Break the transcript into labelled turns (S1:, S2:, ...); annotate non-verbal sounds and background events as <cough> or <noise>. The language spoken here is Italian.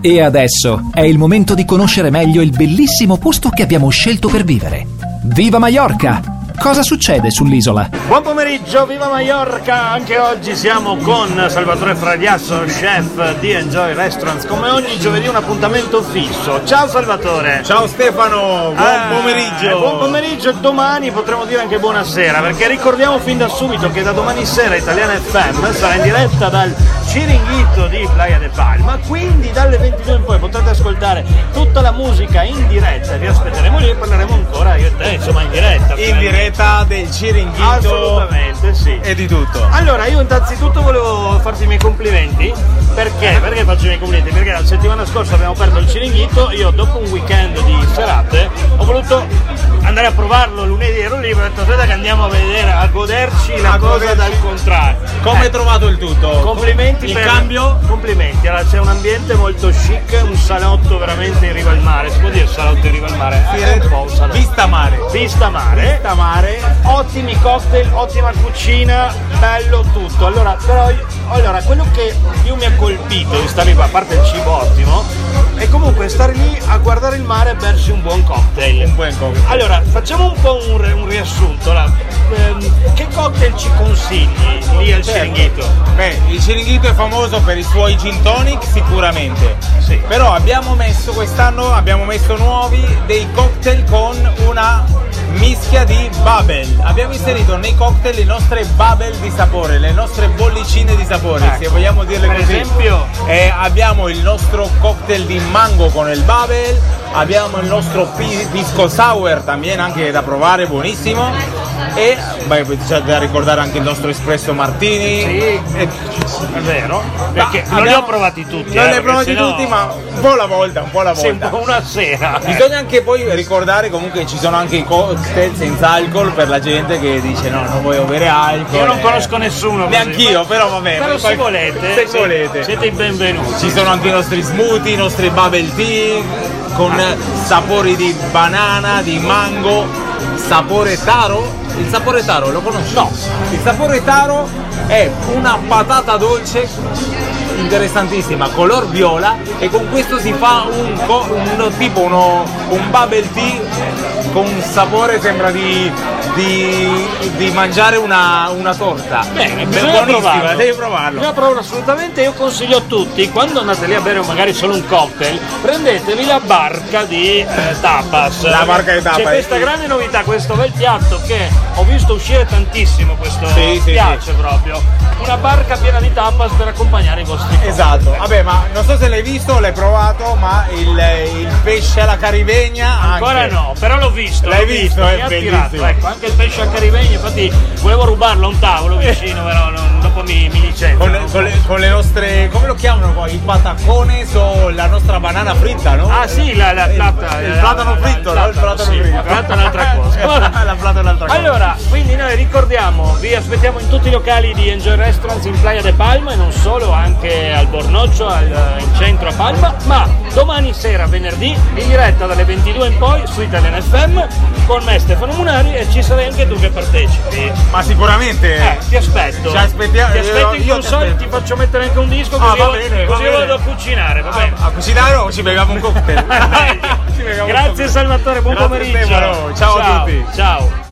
S1: E adesso è il momento di conoscere meglio il bellissimo posto che abbiamo scelto per vivere. Viva Maiorca! Cosa succede sull'isola?
S2: Buon pomeriggio, viva Mallorca! Anche oggi siamo con Salvatore Fradiasso, chef di Enjoy Restaurants. Come ogni giovedì un appuntamento fisso. Ciao Salvatore!
S3: Ciao Stefano, buon
S2: Ah,
S3: pomeriggio.
S2: Buon pomeriggio e domani potremo dire anche buonasera, perché ricordiamo fin da subito che da domani sera Italiana FM sarà in diretta dal Ciringhito di Playa de Palma, quindi dalle 22 in poi potrete ascoltare tutta la musica in diretta, vi aspetteremo lì e parleremo ancora io e te, insomma in diretta.
S3: In diretta del Ciringhito
S2: Assolutamente sì.
S3: e di tutto.
S2: Allora, io innanzitutto volevo farti i miei complimenti. Perché? Perché faccio i miei complimenti? Perché la settimana scorsa abbiamo aperto il Ciringhito, io dopo un weekend di serate ho voluto andare a provarlo lunedì, ero lì, ho detto aspetta che andiamo a vedere, a goderci la
S3: A
S2: cosa
S3: goderci.
S2: dal contrario.
S3: Come hai
S2: Eh,
S3: trovato il tutto?
S2: Complimenti
S3: il
S2: per
S3: cambio?
S2: Complimenti, allora c'è un ambiente molto chic, un salotto veramente in riva al mare, si può dire salotto in riva al mare? Eh, è un po' un salotto.
S3: Vista mare.
S2: Vista mare.
S3: Vista mare.
S2: Ottimi cocktail, ottima cucina, bello tutto. Allora, però io- allora, quello che più mi ha colpito di stare qua, a parte il cibo ottimo, è comunque stare lì a guardare il mare e bersi un buon cocktail.
S3: Un buon cocktail.
S2: Allora, facciamo un po' un, re- un riassunto. là. Ehm, che cocktail ci consigli lì al
S3: Certo.
S2: Ciringhito?
S3: Beh, il Ciringhito è famoso per i suoi gin tonic sicuramente.
S2: Sì.
S3: Però abbiamo messo quest'anno abbiamo messo nuovi dei cocktail con una mischia di bubble. Abbiamo inserito nei cocktail le nostre bubble di sapore, le nostre bollicine di sapore,
S2: Ecco.
S3: se vogliamo dirle
S2: Per
S3: così.
S2: esempio?
S3: Eh, abbiamo il nostro cocktail di mango con il bubble, abbiamo il nostro pi- pisco sour también anche da provare, buonissimo. E beh, c'è da ricordare anche il nostro espresso martini.
S2: Sì.
S3: E-
S2: È vero?
S3: ma
S2: Perché non li
S3: abbiamo-
S2: ho provati tutti.
S3: Non
S2: eh,
S3: li hai
S2: perché
S3: provati
S2: sennò-
S3: tutti, ma un po' alla volta, un po' alla
S2: Sì, un
S3: volta.
S2: po' una sera.
S3: Bisogna anche poi ricordare comunque che ci sono anche i cocktail senza alcool per la gente che dice no, non voglio bere alcol.
S2: Io non
S3: eh.
S2: conosco nessuno così.
S3: Neanch'io, però vabbè.
S2: Però se
S3: poi-
S2: volete,
S3: se
S2: se-
S3: volete.
S2: siete i benvenuti.
S3: Ci sono anche i nostri smoothie, i nostri bubble tea con eh, sapori di banana, di mango, sapore taro. Il sapore taro lo conosci? No. Il sapore taro è una patata dolce interessantissima, color viola e con questo si fa un, co- un tipo uno, un bubble tea con un sapore sembra di, di- di mangiare una, una torta.
S2: Bene,
S3: Buonissima,
S2: bisogna provarlo.
S3: devi provarlo.
S2: Bisogna provarlo assolutamente. Io consiglio a tutti, quando andate lì a bere magari solo un cocktail, prendetevi la barca di eh, tapas.
S3: La barca di
S2: C'è
S3: tapas,
S2: questa
S3: sì.
S2: grande novità, questo bel piatto che ho visto uscire tantissimo questo
S3: Sì,
S2: mi
S3: sì,
S2: piace proprio. Una barca piena di tapas per accompagnare i vostri
S3: Esatto,
S2: cocktail.
S3: vabbè ma non so se l'hai visto o l'hai provato, ma il, il pesce alla caribegna anche.
S2: Ancora no, però l'ho visto.
S3: L'hai
S2: l'ho
S3: visto,
S2: mi
S3: è
S2: ha
S3: bellissimo.
S2: attirato, Ecco, anche il pesce a Caribegno, infatti volevo rubarlo a un tavolo vicino, però non- dopo mi, mi licenzio.
S3: Con, con le, con le nostre, come lo chiamano qua? I patacones o la nostra banana fritta, no?
S2: Ah sì, la, la,
S3: il,
S2: plata-
S3: il
S2: la-
S3: platano
S2: la- esatto,
S3: fritto, no? Il platano
S2: sì,
S3: fritto. Esatto.
S2: Il platano è un'altra
S3: <laughs>
S2: cosa.
S3: la platano è un'altra cosa.
S2: Allora, quindi noi ricordiamo, vi aspettiamo in tutti i locali di Enjoy Restaurants in Playa de Palma e non solo, anche al Bornoccio, al- in centro a Palma, ma domani sera, venerdì, in diretta dalle 22 in poi su Italian FM con me Stefano Munari e ci sarai anche tu che partecipi.
S3: ma sicuramente.
S2: Eh, ti aspetto.
S3: Eh. Ci aspettiamo-
S2: Ti aspetto
S3: io-
S2: in
S3: io
S2: console,
S3: ti
S2: ti,
S3: aspetto.
S2: faccio mettere anche un disco
S3: Ah,
S2: così,
S3: va
S2: io-
S3: bene, va
S2: così io
S3: bene. Ah,
S2: vado a cucinare, va bene.
S3: a cucinare o ci
S2: <laughs>
S3: beviamo un cocktail? Ci beviamo un
S2: Grazie
S3: cocktail.
S2: Salvatore, buon
S3: Grazie,
S2: pomeriggio.
S3: Stefano. Ciao a tutti.
S2: Ciao.